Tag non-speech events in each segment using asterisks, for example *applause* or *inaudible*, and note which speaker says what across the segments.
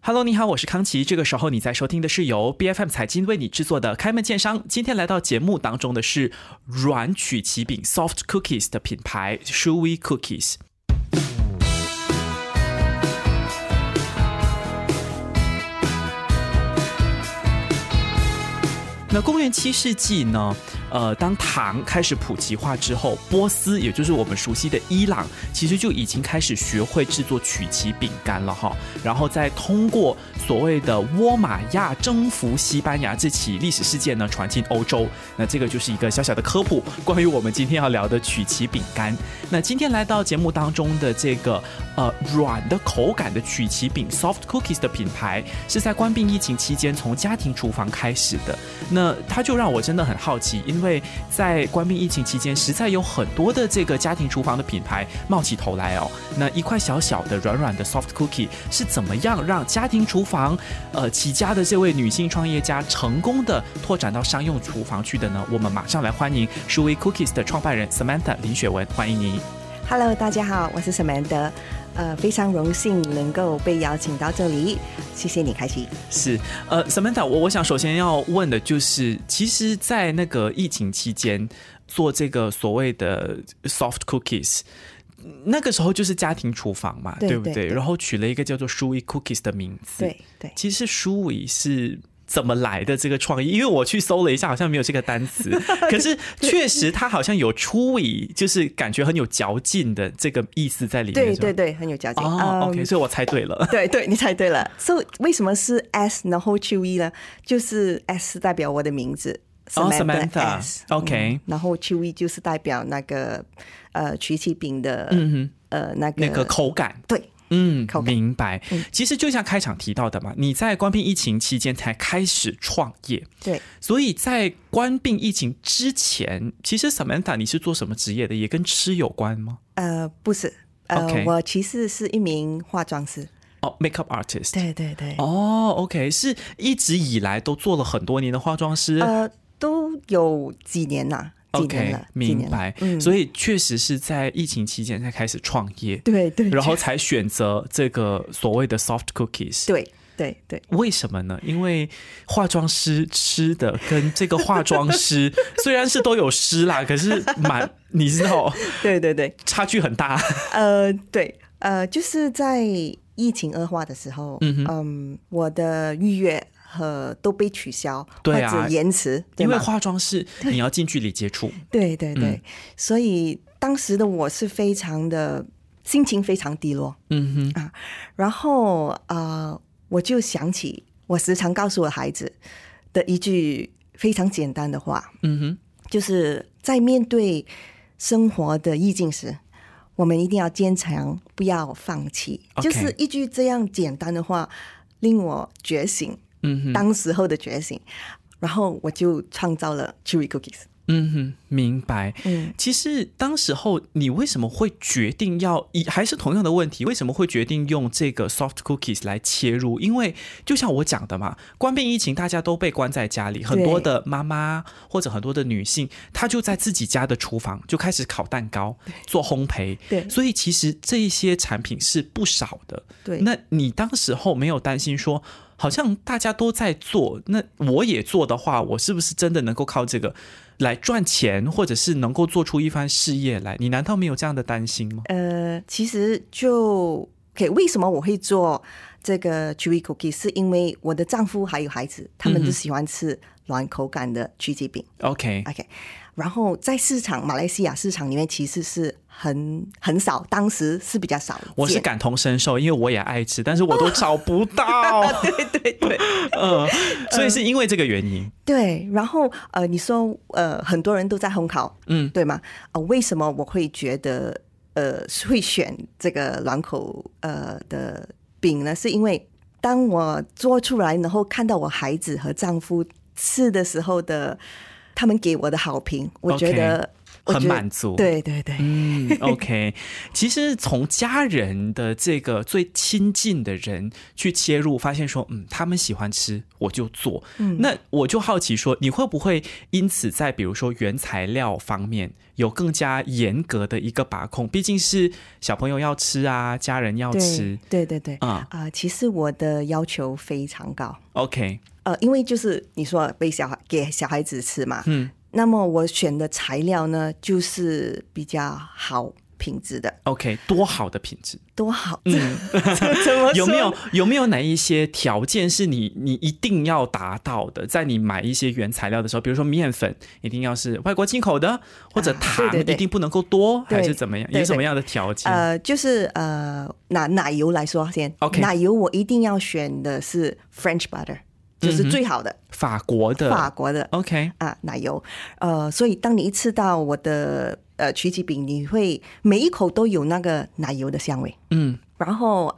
Speaker 1: Hello，你好，我是康琪。这个时候你在收听的是由 B F M 财经为你制作的《开门见商》。今天来到节目当中的是软曲奇饼 （Soft Cookies） 的品牌 Shuwi Cookies。那公元七世纪呢？呃，当糖开始普及化之后，波斯也就是我们熟悉的伊朗，其实就已经开始学会制作曲奇饼干了哈。然后再通过所谓的倭马亚征服西班牙这起历史事件呢，传进欧洲。那这个就是一个小小的科普，关于我们今天要聊的曲奇饼干。那今天来到节目当中的这个呃软的口感的曲奇饼 （soft cookies） 的品牌，是在官病疫情期间从家庭厨房开始的。那它就让我真的很好奇，因为在官兵疫情期间，实在有很多的这个家庭厨房的品牌冒起头来哦。那一块小小的软软的 soft cookie 是怎么样让家庭厨房，呃起家的这位女性创业家成功的拓展到商用厨房去的呢？我们马上来欢迎 s h u i Cookies 的创办人 Samantha 林雪文，欢迎你。
Speaker 2: Hello，大家好，我是沈曼德，呃，非常荣幸能够被邀请到这里，谢谢你，开启。
Speaker 1: 是，呃，Samantha，我我想首先要问的就是，其实，在那个疫情期间做这个所谓的 soft cookies，那个时候就是家庭厨房嘛，
Speaker 2: 对
Speaker 1: 不
Speaker 2: 对对
Speaker 1: 然后取了一个叫做 s h u i Cookies 的名字。
Speaker 2: 对，对，
Speaker 1: 其实 s h u i 是。怎么来的这个创意？因为我去搜了一下，好像没有这个单
Speaker 2: *laughs*
Speaker 1: 词。可是确实，它好像有 chewy，就是感觉很有嚼劲的这个意思在里面。
Speaker 2: 对
Speaker 1: 是吧
Speaker 2: 对对，很有交集。
Speaker 1: 哦、
Speaker 2: 嗯
Speaker 1: o k 所以我猜对了。
Speaker 2: 对对，你猜对了。So 为什么是 S 然后 Chewy 呢？就是 S 是代表我的名字。
Speaker 1: 哦
Speaker 2: Samantha
Speaker 1: ，Samantha
Speaker 2: S，
Speaker 1: OK
Speaker 2: 嗯然后 Chewy 就是代表那个呃曲奇饼的，
Speaker 1: 嗯
Speaker 2: 呃那个
Speaker 1: 哼，那个口感
Speaker 2: 对
Speaker 1: 嗯
Speaker 2: 口，感
Speaker 1: 明白。其实就像开场提到的嘛，你在官病疫情期间才开始创业，
Speaker 2: 对，
Speaker 1: 所以在官病疫情之前，其实 Samantha 你是做什么职业的？也跟吃有关吗？
Speaker 2: 呃不是，呃
Speaker 1: OK
Speaker 2: 我其实是一名化妆师。
Speaker 1: 哦、m a k e up artist。
Speaker 2: 对对对。
Speaker 1: 哦，OK，是一直以来都做了很多年的化妆师。
Speaker 2: 呃，都有几年啦，几年
Speaker 1: OK，
Speaker 2: 了，几
Speaker 1: 明
Speaker 2: 年了
Speaker 1: 白。。所以确实是在疫情期间才开始创业，
Speaker 2: 对对，
Speaker 1: 然后才选择这个所谓的 soft cookies。
Speaker 2: 对对对，
Speaker 1: 为什么呢？因为化妆师吃的跟这个化妆
Speaker 2: *laughs*
Speaker 1: 师虽然是都有湿啦，可是蛮你知道
Speaker 2: *laughs* 对对对，
Speaker 1: 差距很大。
Speaker 2: 呃，对呃，就是在疫情恶化的时候，嗯我的预约和都被取消，
Speaker 1: 对啊
Speaker 2: 或者延迟，对
Speaker 1: 因为
Speaker 2: 吗？
Speaker 1: 化妆师你要近距离接触，
Speaker 2: 对对对，
Speaker 1: 嗯
Speaker 2: 所以当时的我是非常的心情非常低落，
Speaker 1: 嗯
Speaker 2: 啊，然后呃，我就想起我时常告诉我孩子的一句非常简单的话，
Speaker 1: 嗯哼，
Speaker 2: 就是在面对生活的意境时，我们一定要坚强，不要放弃。
Speaker 1: OK
Speaker 2: 就是一句这样简单的话，令我觉醒，
Speaker 1: 嗯哼，
Speaker 2: 当时候的觉醒。然后我就创造了 Chewy Cookies。
Speaker 1: 嗯哼，明白。
Speaker 2: 嗯，
Speaker 1: 其实当时候你为什么会决定要以还是同样的问题，为什么会决定用这个 soft cookies 来切入？因为就像我讲的嘛，关闭疫情，大家都被关在家里，很多的妈妈或者很多的女性，她就在自己家的厨房就开始烤蛋糕、做烘焙，
Speaker 2: 对
Speaker 1: 所以其实这一些产品是不少的。
Speaker 2: 对，
Speaker 1: 那你当时候没有担心说，好像大家都在做，那我也做的话，我是不是真的能够靠这个来赚钱，或者是能够做出一番事业来？你难道没有这样的担心
Speaker 2: *laughs*
Speaker 1: 吗？
Speaker 2: 呃，其实就 OK，为什么我会做这个 Chewy Cookies？是因为我的丈夫还有孩子，他们都喜欢吃软口感的曲奇饼。
Speaker 1: OK，
Speaker 2: OK，然后在市场马来西亚市场里面其实是很很少，当时是比较少见。
Speaker 1: 我是感同身受，因为我也爱吃，但是我都找不到。
Speaker 2: *laughs* 对对对
Speaker 1: 嗯，所以是因为这个原因。
Speaker 2: 对，然后呃，你说呃，很多人都在烘烤，
Speaker 1: 嗯，
Speaker 2: 对吗？呃，为什么我会觉得呃会选这个软口呃的饼呢？是因为当我做出来，然后看到我孩子和丈夫吃的时候的他们给我的好评，我觉得我
Speaker 1: 很
Speaker 2: 觉得
Speaker 1: 满足。。
Speaker 2: 对对对，
Speaker 1: 嗯，OK，其实从家人的这个最亲近的人去切入，发现说，嗯，他们喜欢吃，我就做。
Speaker 2: 嗯
Speaker 1: 那我就好奇说，你会不会因此在比如说原材料方面有更加严格的一个把控？毕竟是小朋友要吃啊，家人要吃
Speaker 2: 对对对对，啊、
Speaker 1: 啊、
Speaker 2: 其实我的要求非常高，
Speaker 1: OK，
Speaker 2: 呃，因为就是你说给小孩给小孩子吃嘛，
Speaker 1: 嗯
Speaker 2: 那么我选的材料呢，就是比较好品质的，
Speaker 1: ，OK，多好的品质。
Speaker 2: 多好，这 *laughs* 怎么说
Speaker 1: 嗯有没有有没有哪一些条件是你你一定要达到的？在你买一些原材料的时候，比如说面粉一定要是外国进口的，或者
Speaker 2: 啊
Speaker 1: 糖
Speaker 2: 对对对
Speaker 1: 一定不能够多，
Speaker 2: 对
Speaker 1: 还是怎么样？
Speaker 2: 对对
Speaker 1: 有什么样的条件？
Speaker 2: 呃，就是呃，拿奶油来说先
Speaker 1: OK
Speaker 2: 奶油我一定要选的是 French butter，就是
Speaker 1: 嗯
Speaker 2: 最好的、
Speaker 1: 法国的
Speaker 2: 法国的
Speaker 1: o k
Speaker 2: 啊奶油。呃，所以当你一吃到我的呃曲奇饼，你会每一口都有那个奶油的香味。
Speaker 1: 嗯
Speaker 2: 然后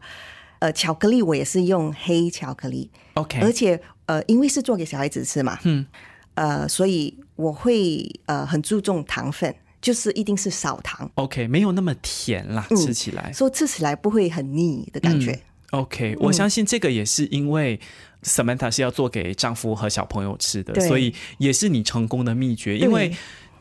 Speaker 2: 呃，巧克力我也是用黑巧克力，而
Speaker 1: ，OK，
Speaker 2: 且呃，因为是做给小孩子吃嘛，
Speaker 1: 嗯，
Speaker 2: 呃，所以我会呃很注重糖分，就是一定是少糖，
Speaker 1: OK，没有那么甜啦，
Speaker 2: 嗯
Speaker 1: 吃起来。
Speaker 2: 所以吃起来不会很腻的嗯感
Speaker 1: 嗯
Speaker 2: 觉。
Speaker 1: OK，我相信这个也是因为 Samantha 是要做给丈夫和小朋友吃的，
Speaker 2: 对
Speaker 1: 所以也是你成功的秘诀。因为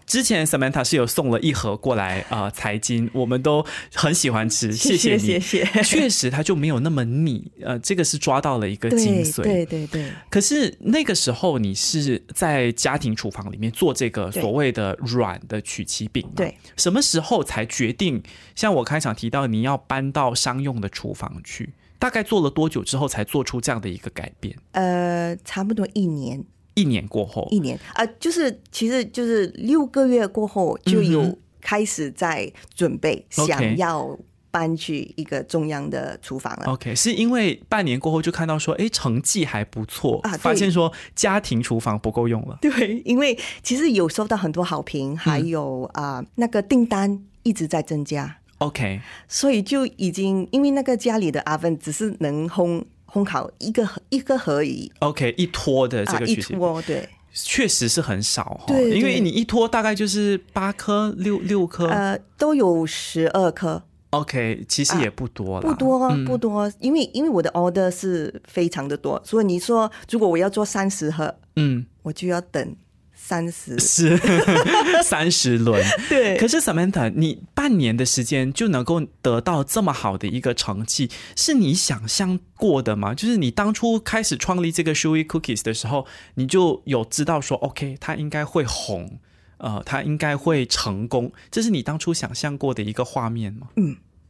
Speaker 1: 之前 Samantha 是有送了一盒过来啊、呃，财经我们都很喜欢吃，谢
Speaker 2: 谢
Speaker 1: 你。
Speaker 2: *laughs* 谢谢。
Speaker 1: 确实，它就没有那么腻，呃，这个是抓到了一个精
Speaker 2: 对
Speaker 1: 髓。
Speaker 2: 对对对，
Speaker 1: 可是那个时候你是在家庭厨房里面做这个
Speaker 2: 对
Speaker 1: 所谓的软的曲奇饼吗？
Speaker 2: 对，
Speaker 1: 什么时候才决定？像我开场提到你要搬到商用的厨房去，大概做了多久之后才做出这样的一个改变？
Speaker 2: 呃，差不多一年，
Speaker 1: 一年过后
Speaker 2: 一年啊、呃就是其实就是六个月过后就
Speaker 1: 嗯
Speaker 2: 有开始在准备，
Speaker 1: OK
Speaker 2: 想要搬去一个中央的厨房了。
Speaker 1: ，OK，是因为半年过后就看到说，哎，成绩还不错，
Speaker 2: 啊对
Speaker 1: 发现说家庭厨房不够用了。
Speaker 2: *laughs* 对，因为其实有收到很多好评，还有
Speaker 1: 嗯
Speaker 2: 啊、那个订单一直在增加，
Speaker 1: OK，
Speaker 2: 所以就已经因为那个家里的 oven 只是能烘烘烤一个盒一个盒而已
Speaker 1: OK，一拖的这
Speaker 2: 啊，
Speaker 1: 个
Speaker 2: 一
Speaker 1: 曲奇、
Speaker 2: 坨对，
Speaker 1: 确实是很少哈，
Speaker 2: 对
Speaker 1: 因为
Speaker 2: 对
Speaker 1: 你一拖大概就是八颗、六六颗、
Speaker 2: 呃，都有十二颗，
Speaker 1: o k 其实也不多了、
Speaker 2: 不多
Speaker 1: 嗯
Speaker 2: 不多，因为因为我的 order 是非常的多，所以你说如果我要做三十盒，
Speaker 1: 嗯，
Speaker 2: 我就要等三十，
Speaker 1: 是 *laughs* 三十轮。
Speaker 2: 对
Speaker 1: 可是 Samantha，你半年的时间就能够得到这么好的一个成绩，是你想象过的吗？就是你当初开始创立这个 Shui Cookies 的时候，你就有知道说，OK，它应该会红，呃，它应该会成功，这是你当初想象过的一个画面吗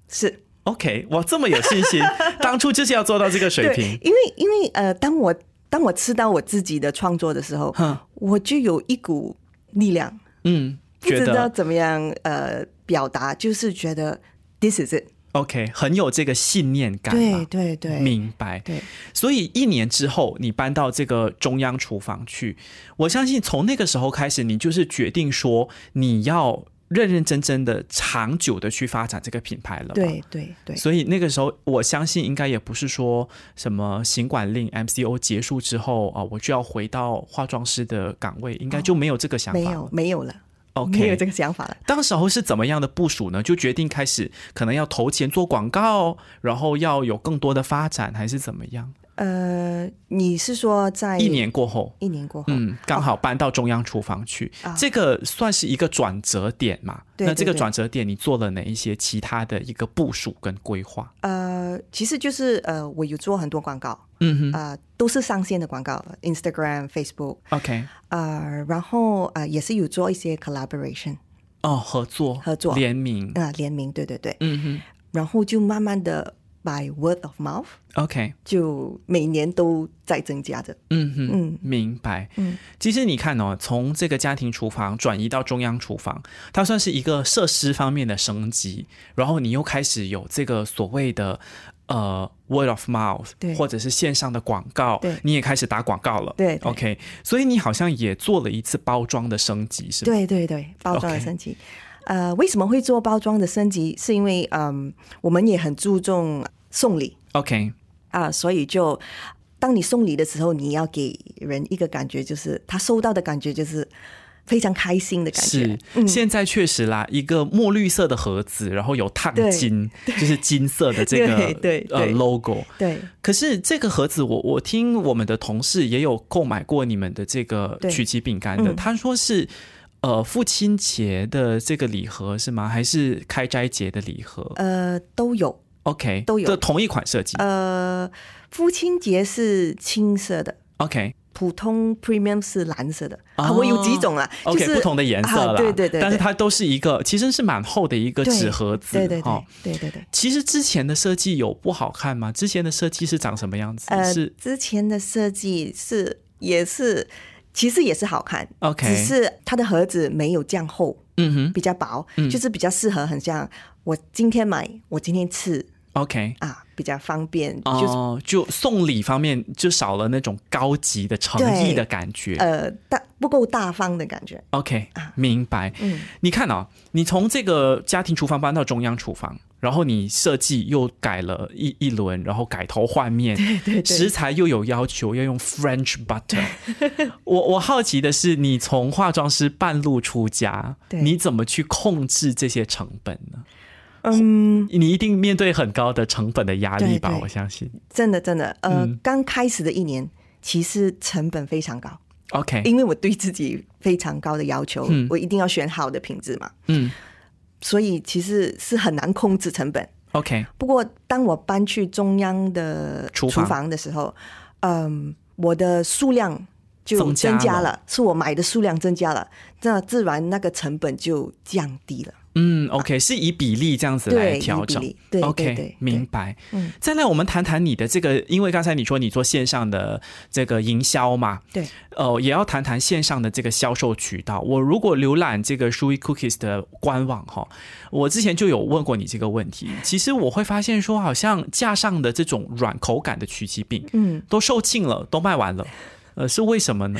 Speaker 2: 是。
Speaker 1: ？OK，我这么有信
Speaker 2: *laughs*
Speaker 1: 心，当初就是要做到这个水平
Speaker 2: 对，。因为因为呃，当我当我吃到我自己的创作的时候，
Speaker 1: 哼，
Speaker 2: 我就有一股力量，
Speaker 1: 嗯，
Speaker 2: 不
Speaker 1: 觉
Speaker 2: 知道
Speaker 1: 得
Speaker 2: 怎么样呃表达，就是觉得 this is it。
Speaker 1: OK，很有这个信念感啊
Speaker 2: 对
Speaker 1: 嘛。
Speaker 2: 对对，
Speaker 1: 明白。
Speaker 2: 对，
Speaker 1: 所以一年之后，你搬到这个中央厨房去，我相信从那个时候开始，你就是决定说你要认认真真的、长久的去发展这个品牌了。。
Speaker 2: 对对对，
Speaker 1: 所以那个时候，我相信应该也不是说什么行管令 MCO 结束之后啊、我就要回到化妆师的岗位，应该就没有这个想法
Speaker 2: 哦没
Speaker 1: 了。
Speaker 2: 有没有了，
Speaker 1: OK，
Speaker 2: 没有这个想法了。
Speaker 1: 当时候是怎么样的部署呢？就决定开始可能要投钱做广告，然后要有更多的发展，还是怎么样？
Speaker 2: 呃，你是说在
Speaker 1: 一年过后，
Speaker 2: 一年过后，
Speaker 1: 嗯，刚好搬到中央厨房去，
Speaker 2: 哦啊
Speaker 1: 这个算是一个转折点嘛？
Speaker 2: 对
Speaker 1: 那这个
Speaker 2: 对对
Speaker 1: 转折点，你做了哪一些其他的一个部署跟规划？
Speaker 2: 呃，其实就是呃，我有做很多广告，
Speaker 1: 嗯
Speaker 2: 啊、都是上线的广告，Instagram、Facebook，
Speaker 1: 哼，OK，
Speaker 2: 呃，然后啊、呃也是有做一些 collaboration
Speaker 1: 哦，合作，
Speaker 2: 合作
Speaker 1: 联名，
Speaker 2: 啊、联名，对对对，
Speaker 1: 嗯
Speaker 2: 然后就慢慢的 by word of mouth，
Speaker 1: 哼，OK，
Speaker 2: 就每年都在增加着。
Speaker 1: 嗯哼，
Speaker 2: 嗯
Speaker 1: 明白。
Speaker 2: 嗯，
Speaker 1: 其实你看哦，从这个家庭厨房转移到中央厨房，它算是一个设施方面的升级，然后你又开始有这个所谓的。呃，word of mouth，
Speaker 2: 对
Speaker 1: 或者是线上的广告
Speaker 2: 对，
Speaker 1: 你也开始打广告了，
Speaker 2: 对对
Speaker 1: o k 所以你好像也做了一次包装的升级，是吗？
Speaker 2: 对对对，包装的
Speaker 1: OK
Speaker 2: 升级。呃，为什么会做包装的升级？是因为嗯，我们也很注重送礼
Speaker 1: o k
Speaker 2: 啊、所以就当你送礼的时候，你要给人一个感觉，就是他收到的感觉就是非常开心的感觉
Speaker 1: 是。，
Speaker 2: 嗯
Speaker 1: 现在确实啦，一个墨绿色的盒子，然后有烫
Speaker 2: 对
Speaker 1: 金，就是金色的这个
Speaker 2: *laughs* 对对
Speaker 1: 呃
Speaker 2: 对
Speaker 1: logo。
Speaker 2: 对
Speaker 1: 可是这个盒子我，我听我们的同事也有购买过你们的这个
Speaker 2: 对
Speaker 1: 曲奇饼干的，
Speaker 2: 嗯
Speaker 1: 他说是呃父亲节的这个礼盒是吗？还是开斋节的礼盒
Speaker 2: 呃，都有。
Speaker 1: ？OK，
Speaker 2: 都有
Speaker 1: 的同一款设计。
Speaker 2: 呃，父亲节是青色的，
Speaker 1: OK
Speaker 2: 普通 premium 是蓝色的。啊，
Speaker 1: 哦
Speaker 2: 我有几种啦，
Speaker 1: OK，、
Speaker 2: 就是
Speaker 1: 不同的颜色啦、
Speaker 2: 啊对对对对
Speaker 1: 但是它都是一个其实是蛮厚的一个
Speaker 2: 对
Speaker 1: 纸盒子，
Speaker 2: 对对对
Speaker 1: 哦。
Speaker 2: 对对对。
Speaker 1: 其实之前的设计有不好看吗？之前的设计是长什么样子？
Speaker 2: 呃
Speaker 1: 是，
Speaker 2: 之前的设计是也是，其实也是好看
Speaker 1: OK
Speaker 2: 只是它的盒子没有这样厚，
Speaker 1: 嗯哼
Speaker 2: 比较薄，
Speaker 1: 嗯
Speaker 2: 就是比较适合，很像我今天买，我今天吃
Speaker 1: ，OK，
Speaker 2: 啊，比较方便，就是
Speaker 1: 哦，就送礼方面就少了那种高级的诚意的感觉。
Speaker 2: 呃大不够大方的感觉。
Speaker 1: OK，明白。
Speaker 2: 嗯
Speaker 1: 你看啊、你从这个家庭厨房搬到中央厨房，然后你设计又改了一一轮，然后改头换面，食材又有要求，要用 French butter。我我好奇的是，你从化妆师半路出家，
Speaker 2: 对
Speaker 1: 你怎么去控制这些成本呢？
Speaker 2: 嗯，
Speaker 1: 你一定面对很高的成本的压力吧？
Speaker 2: 对对
Speaker 1: 我相信。
Speaker 2: 真的真的，呃
Speaker 1: 嗯，
Speaker 2: 刚、开始的一年其实成本非常高，
Speaker 1: OK，
Speaker 2: 因为我对自己非常高的要求，
Speaker 1: 嗯
Speaker 2: 我一定要选好的品质嘛，
Speaker 1: 嗯
Speaker 2: 所以其实是很难控制成本。
Speaker 1: ，OK，
Speaker 2: 不过，当我搬去中央的
Speaker 1: 厨
Speaker 2: 厨
Speaker 1: 房
Speaker 2: 房的时候，嗯，我的数量就
Speaker 1: 增
Speaker 2: 增
Speaker 1: 加
Speaker 2: 加
Speaker 1: 了
Speaker 2: 了，是我买的数量增加了，那自然那个成本就降低了。
Speaker 1: 嗯，OK，是以比例这样子来
Speaker 2: 对
Speaker 1: 调整
Speaker 2: 以比例。对
Speaker 1: o k
Speaker 2: 对对
Speaker 1: 明白。
Speaker 2: 嗯，
Speaker 1: 再来，我们谈谈你的这个，因为刚才你说你做线上的这个营销嘛，
Speaker 2: 对，
Speaker 1: 呃，也要谈谈线上的这个销售渠道。我如果浏览这个 Shui Cookies 的官网哈，我之前就有问过你这个问题。其实我会发现说，好像架上的这种软口感的曲奇饼
Speaker 2: 嗯，
Speaker 1: 都售罄了，都卖完了。呃，是为什么呢？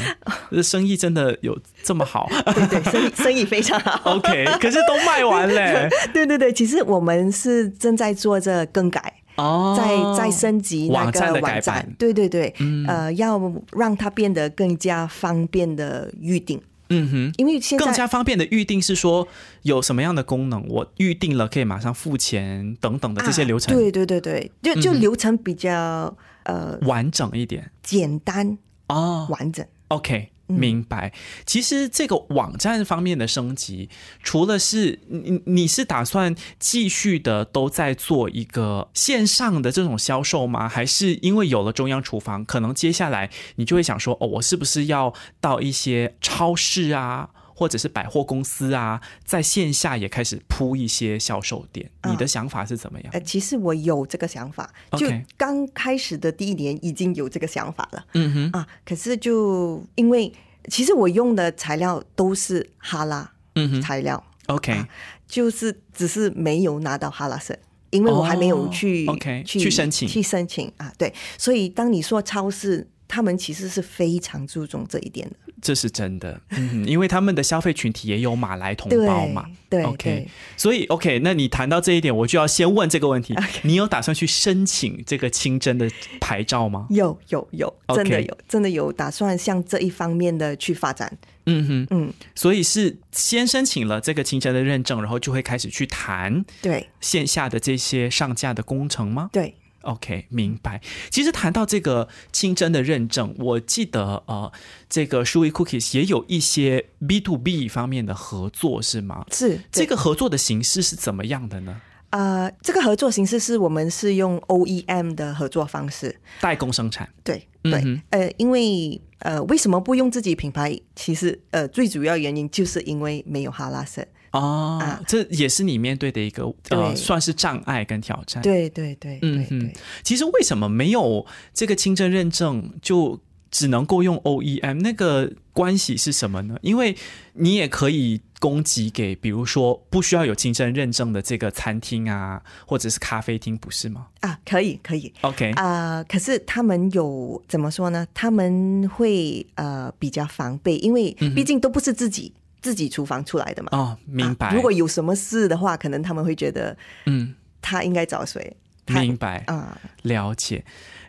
Speaker 1: 呃生意真的有这么好
Speaker 2: 对对，生
Speaker 1: *laughs*
Speaker 2: 意生意非常好。
Speaker 1: ？OK，可是都卖完嘞。
Speaker 2: 对对对，其实我们是正在做这更改，
Speaker 1: 哦，
Speaker 2: *laughs* 在在升级那
Speaker 1: 网站
Speaker 2: 个
Speaker 1: 的改
Speaker 2: 网站
Speaker 1: 版。嗯
Speaker 2: 对对对，呃，要让它变得更加方便的预定，
Speaker 1: 嗯哼，
Speaker 2: 因为现在
Speaker 1: 更加方便的预定是说有什么样的功能，我预定了可以马上付钱等等的这些流程、嗯
Speaker 2: 啊对对对对，就就流程比较、呃
Speaker 1: 完整一点
Speaker 2: 简单
Speaker 1: 哦。
Speaker 2: 完整。
Speaker 1: OK，明白。其实这个网站方面的升级，除了是你你是打算继续的都在做一个线上的这种销售吗？还是因为有了中央厨房，可能接下来你就会想说，哦，我是不是要到一些超市啊？或者是百货公司啊，在线下也开始铺一些销售点，你的想法是怎么样？
Speaker 2: 呃，其实我有这个想法，就
Speaker 1: OK
Speaker 2: 刚开始的第一年已经有这个想法了
Speaker 1: 嗯哼，
Speaker 2: 啊。可是就因为其实我用的材料都是哈拉
Speaker 1: 嗯哼
Speaker 2: 材料，
Speaker 1: ，OK，、
Speaker 2: 啊就是只是没有拿到哈拉绳。因为我还没有
Speaker 1: 哦
Speaker 2: 去、
Speaker 1: OK，去申请
Speaker 2: 去申请啊，对，所以当你说超市，他们其实是非常注重这一点的，
Speaker 1: 这是真的，嗯，因为他们的消费群体也有马来同
Speaker 2: 对
Speaker 1: 胞嘛，，
Speaker 2: 对
Speaker 1: OK
Speaker 2: 对
Speaker 1: 所以 OK，那你谈到这一点，我就要先问这个问题你有打算去申请这个清真的牌照吗？
Speaker 2: 有有有，真的
Speaker 1: OK
Speaker 2: 有真的有打算向这一方面的去发展。
Speaker 1: 嗯哼，
Speaker 2: 嗯，
Speaker 1: 所以是先申请了这个清真的认证，然后就会开始去谈
Speaker 2: 对
Speaker 1: 线下的这些上架的工程吗
Speaker 2: 对，
Speaker 1: ？OK，明白。其实谈到这个清真的认证，我记得呃，这个 s h u i Cookies 也有一些 B to B 方面的合作，是吗？
Speaker 2: 是
Speaker 1: 这
Speaker 2: 个
Speaker 1: 个合作的形式是怎么样的呢？
Speaker 2: 呃，这个合作形式是我们是用 OEM 的合作方式。
Speaker 1: 代工生产，
Speaker 2: 对对、
Speaker 1: 嗯
Speaker 2: 呃，因为呃，为什么不用自己品牌？其实呃，最主要原因就是因为没有哈拉森。
Speaker 1: 哦，
Speaker 2: 啊
Speaker 1: 这也是你面对的一个呃，
Speaker 2: 对
Speaker 1: 算是障碍跟挑战。，
Speaker 2: 对对对对
Speaker 1: 嗯
Speaker 2: 对。
Speaker 1: 哼。其实为什么没有这个清真认证，就只能够用 OEM？那个关系是什么呢？因为你也可以供给给，比如说不需要有清真认证的这个餐厅啊，或者是咖啡厅，不是吗
Speaker 2: 啊，可以可以
Speaker 1: ？OK，、
Speaker 2: 啊、可是他们有怎么说呢？他们会呃比较防备，因为
Speaker 1: 嗯
Speaker 2: 毕竟都不是自己、自己厨房出来的嘛。啊
Speaker 1: 哦，明白。
Speaker 2: 啊如果有什么事的话，可能他们会觉得
Speaker 1: 嗯，
Speaker 2: 他应该找谁，它
Speaker 1: 明白，
Speaker 2: 啊、
Speaker 1: 了解。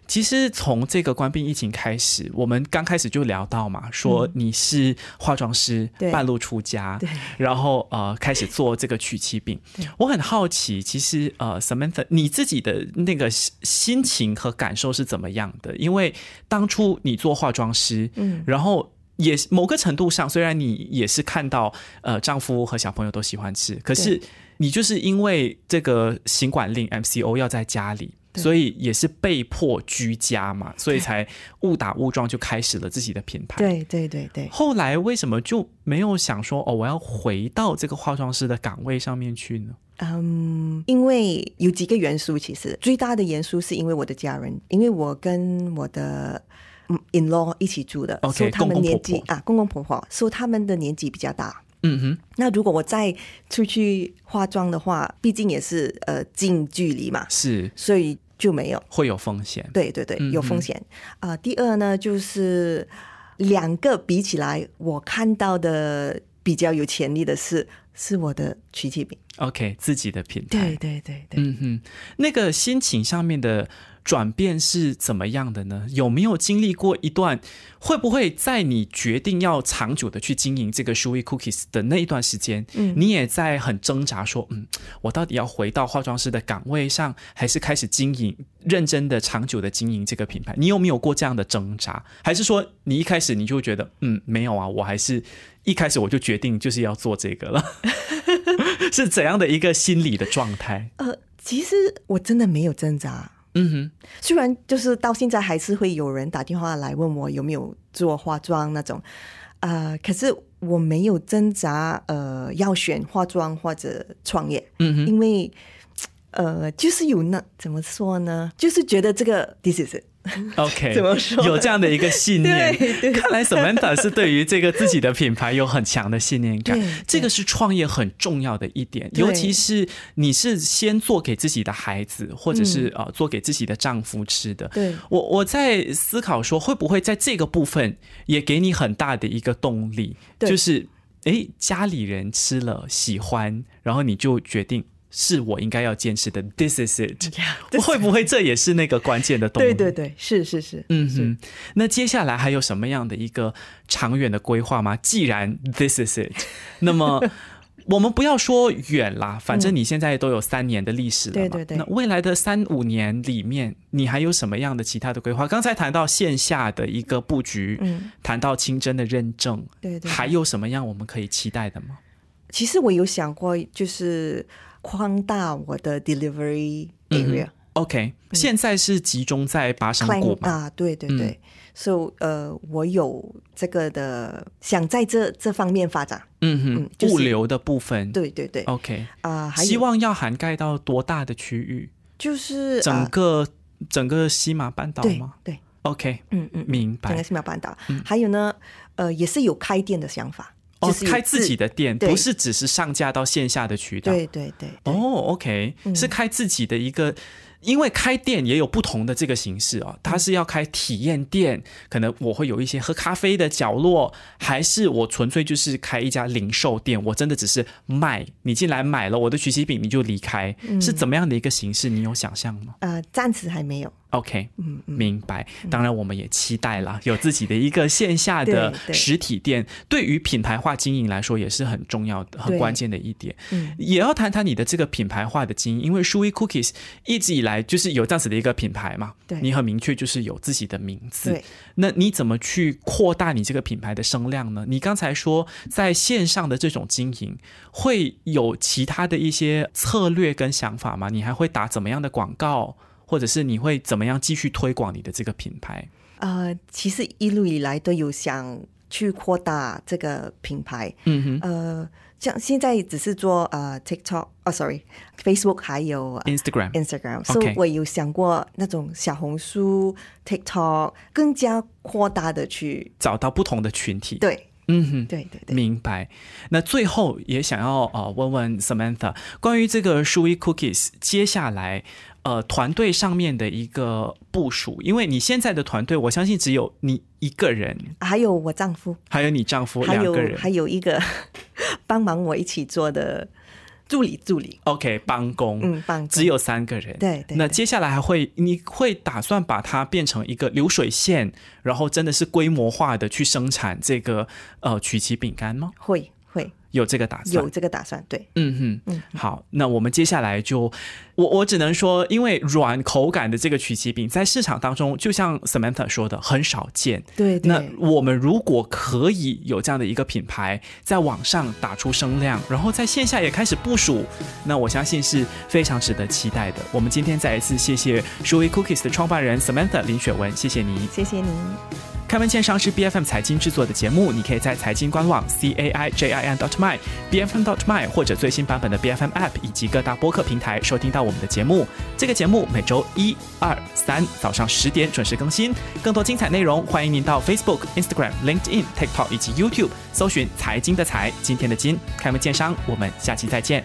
Speaker 1: 其实从这个冠病疫情开始，我们刚开始就聊到嘛，说你是化妆师，
Speaker 2: 嗯对
Speaker 1: 半路出家，
Speaker 2: 对
Speaker 1: 然后呃开始做这个曲奇饼。我很好奇，其实呃，Samantha，你自己的那个心心情和感受是怎么样的？因为当初你做化妆师，嗯，然后。也是某个程度上，虽然你也是看到呃丈夫和小朋友都喜欢吃，可是你就是因为这个行管令 MCO 要在家里，所以也是被迫居家嘛，所以才误打误撞就开始了自己的品牌。
Speaker 2: 对对对对，
Speaker 1: 后来为什么就没有想说哦，我要回到这个化妆师的岗位上面去呢？
Speaker 2: 嗯，因为有几个元素，其实最大的元素是因为我的家人，因为我跟我的。嗯，in law 一起住的，
Speaker 1: OK，
Speaker 2: 所以他
Speaker 1: 公
Speaker 2: 们
Speaker 1: 公婆
Speaker 2: 年纪
Speaker 1: 婆
Speaker 2: 啊，公公婆婆，所以他们的年纪比较大，
Speaker 1: 嗯哼，
Speaker 2: 那如果我再出去化妆的话，毕竟也是呃近距离嘛，
Speaker 1: 是
Speaker 2: 所以就没有。
Speaker 1: 会有风险。
Speaker 2: 对对对
Speaker 1: 嗯，
Speaker 2: 有风险啊、呃第二呢，就是两个比起来，我看到的比较有潜力的是是我的曲奇饼。
Speaker 1: OK，自己的品牌。
Speaker 2: 对对对对，
Speaker 1: 嗯哼，那个心情上面的转变是怎么样的呢？有没有经历过一段？会不会在你决定要长久的去经营这个 s h u i Cookies 的那一段时间，嗯，你也在很挣扎说，嗯，我到底要回到化妆师的岗位上，还是开始经营认真的、长久的经营这个品牌？你有没有过这样的挣扎？还是说你一开始你就会觉得，嗯，没有啊，我还是一开始我就决定就是要做这个了， *laughs* 是怎样的一个心理的状态？
Speaker 2: 呃，其实我真的没有挣扎。
Speaker 1: 嗯哼。
Speaker 2: 虽然就是到现在还是会有人打电话来问我有没有做化妆那种，呃，可是我没有挣扎，呃，要选化妆或者创业，
Speaker 1: 嗯哼，
Speaker 2: 因为呃，就是有那怎么说呢，就是觉得这个 this is it，
Speaker 1: OK，
Speaker 2: *laughs* 怎么说
Speaker 1: 有这样的一个信念，
Speaker 2: 对对
Speaker 1: 看来 Samantha 是对于这个自己的品牌有很强的信念感
Speaker 2: 对对，
Speaker 1: 这个是创业很重要的一点，
Speaker 2: 对
Speaker 1: 尤其是你是先做给自己的孩子，或者是、呃做给自己的丈夫吃的。
Speaker 2: 嗯对
Speaker 1: 我我在思考说，会不会在这个部分也给你很大的一个动力，
Speaker 2: 对
Speaker 1: 就是诶家里人吃了喜欢，然后你就决定。是我应该要坚持的，This is it。会不会这也是那个关键的动力？
Speaker 2: 对对对，是是是，
Speaker 1: 嗯哼，那接下来还有什么样的一个长远的规划吗？既然 this is
Speaker 2: *laughs*
Speaker 1: it，那么我们不要说远啦，反正你现在都有三年的历史了嘛。
Speaker 2: 嗯对对对
Speaker 1: 那未来的三五年里面，你还有什么样的其他的规划？刚才谈到线下的一个布局，
Speaker 2: 嗯，
Speaker 1: 谈到清真的认证，
Speaker 2: 对对对
Speaker 1: 还有什么样我们可以期待的吗？
Speaker 2: 其实我有想过，就是扩大我的 delivery
Speaker 1: 嗯
Speaker 2: area，、
Speaker 1: OK，、现在是集中在巴生谷嘛？
Speaker 2: Client
Speaker 1: 嗯
Speaker 2: 嗯啊，对对对，so, 呃，我有这个的想在这这方面发展，
Speaker 1: 嗯哼，
Speaker 2: 嗯就是
Speaker 1: 物流的部分。
Speaker 2: 对对对，啊、
Speaker 1: OK，
Speaker 2: 还
Speaker 1: 哦希
Speaker 2: 有
Speaker 1: 望要涵盖到多大的区域？
Speaker 2: 就是
Speaker 1: 整
Speaker 2: 啊
Speaker 1: 个、整个西马半岛
Speaker 2: 对
Speaker 1: 吗
Speaker 2: 对，
Speaker 1: ？OK，
Speaker 2: 嗯嗯，
Speaker 1: 明
Speaker 2: 整
Speaker 1: 白嗯
Speaker 2: 个。西马半岛，还有呢，呃，也是有开店的想法，
Speaker 1: 哦
Speaker 2: 就，是有
Speaker 1: 开自己的店，
Speaker 2: 对
Speaker 1: 不是只是上架到线下的渠道。
Speaker 2: 对嗯对对，
Speaker 1: 哦
Speaker 2: 对
Speaker 1: ，OK，、是开自己的一个。因为开店也有不同的这个形式哦，
Speaker 2: 嗯
Speaker 1: 它是要开体验店，可能我会有一些喝咖啡的角落，还是我纯粹就是开一家零售店，我真的只是卖，你进来买了我的曲奇饼你就离开，
Speaker 2: 嗯
Speaker 1: 是怎么样的一个形式？你有想象吗？
Speaker 2: 呃，暂时还没有，嗯
Speaker 1: OK，明白。当然，我们也期待
Speaker 2: *laughs*
Speaker 1: 啦，有自己的一个线下的
Speaker 2: 对对
Speaker 1: 实体店，对于品牌化经营来说也是很重要的、很
Speaker 2: 对
Speaker 1: 关键的一点。
Speaker 2: 嗯
Speaker 1: 也要谈谈你的这个品牌化的经营，因为 Shui Cookies 一直以来就是有这样子的一个品牌嘛，
Speaker 2: 对
Speaker 1: 你很明确就是有自己的名字
Speaker 2: 对。
Speaker 1: 那你怎么去扩大你这个品牌的声量呢？你刚才说在线上的这种经营，会有其他的一些策略跟想法吗？你还会打怎么样的广告，或者是你会怎么样继续推广你的这个品牌？
Speaker 2: 呃，其实一路以来都有想去扩大这个品牌，
Speaker 1: 嗯哼
Speaker 2: 呃，像现在只是做呃 TikTok，哦，sorry，Facebook 还有呃
Speaker 1: ，Instagram，
Speaker 2: Instagram，
Speaker 1: OK
Speaker 2: 所以我有想过那种小红书、TikTok 更加扩大的去，
Speaker 1: 找到不同的群体。，
Speaker 2: 对
Speaker 1: 嗯哼。
Speaker 2: 对对对，
Speaker 1: 明白。那最后也想要呃问问 Samantha 关于这个 Shui Cookies 接下来呃团队上面的一个部署，因为你现在的团队我相信只有你一个人，
Speaker 2: 还有我丈夫，
Speaker 1: 还有你丈夫
Speaker 2: 还
Speaker 1: 两
Speaker 2: *laughs* 有
Speaker 1: 个人
Speaker 2: 还有一个帮忙我一起做的助理助理，
Speaker 1: OK，帮工，
Speaker 2: 嗯，办公
Speaker 1: 只有三个人。
Speaker 2: 对对
Speaker 1: 那
Speaker 2: 对
Speaker 1: 接下来还会，你会打算把它变成一个流水线，然后真的是规模化的去生产这个呃曲奇饼干吗？
Speaker 2: 会会
Speaker 1: 有这个打算？
Speaker 2: 有这个打算，对，
Speaker 1: 嗯哼，好，那我们接下来就，我我只能说，因为软口感的这个曲奇饼在市场当中，就像 Samantha 说的，很少见。
Speaker 2: 对
Speaker 1: 那
Speaker 2: 对
Speaker 1: 我们如果可以有这样的一个品牌在网上打出声量，然后在线下也开始部署，那我相信是非常值得期待的。我们今天再一次谢谢 s h o e Cookies 的创办人 Samantha 林雪文，谢谢你。
Speaker 2: 谢谢您。
Speaker 1: 开门见山是 B F M 财经制作的节目，你可以在财经官网 c a i j i n dot my b f m dot my 或者最新版本的 B F M App 以及各大播客平台收听到我们的节目。这个节目每周一、二、三早上十点准时更新。更多精彩内容，欢迎您到 Facebook、Instagram、LinkedIn、TikTok 以及 YouTube 搜寻“财经的财”，今天的金，开门见商，我们下期再见，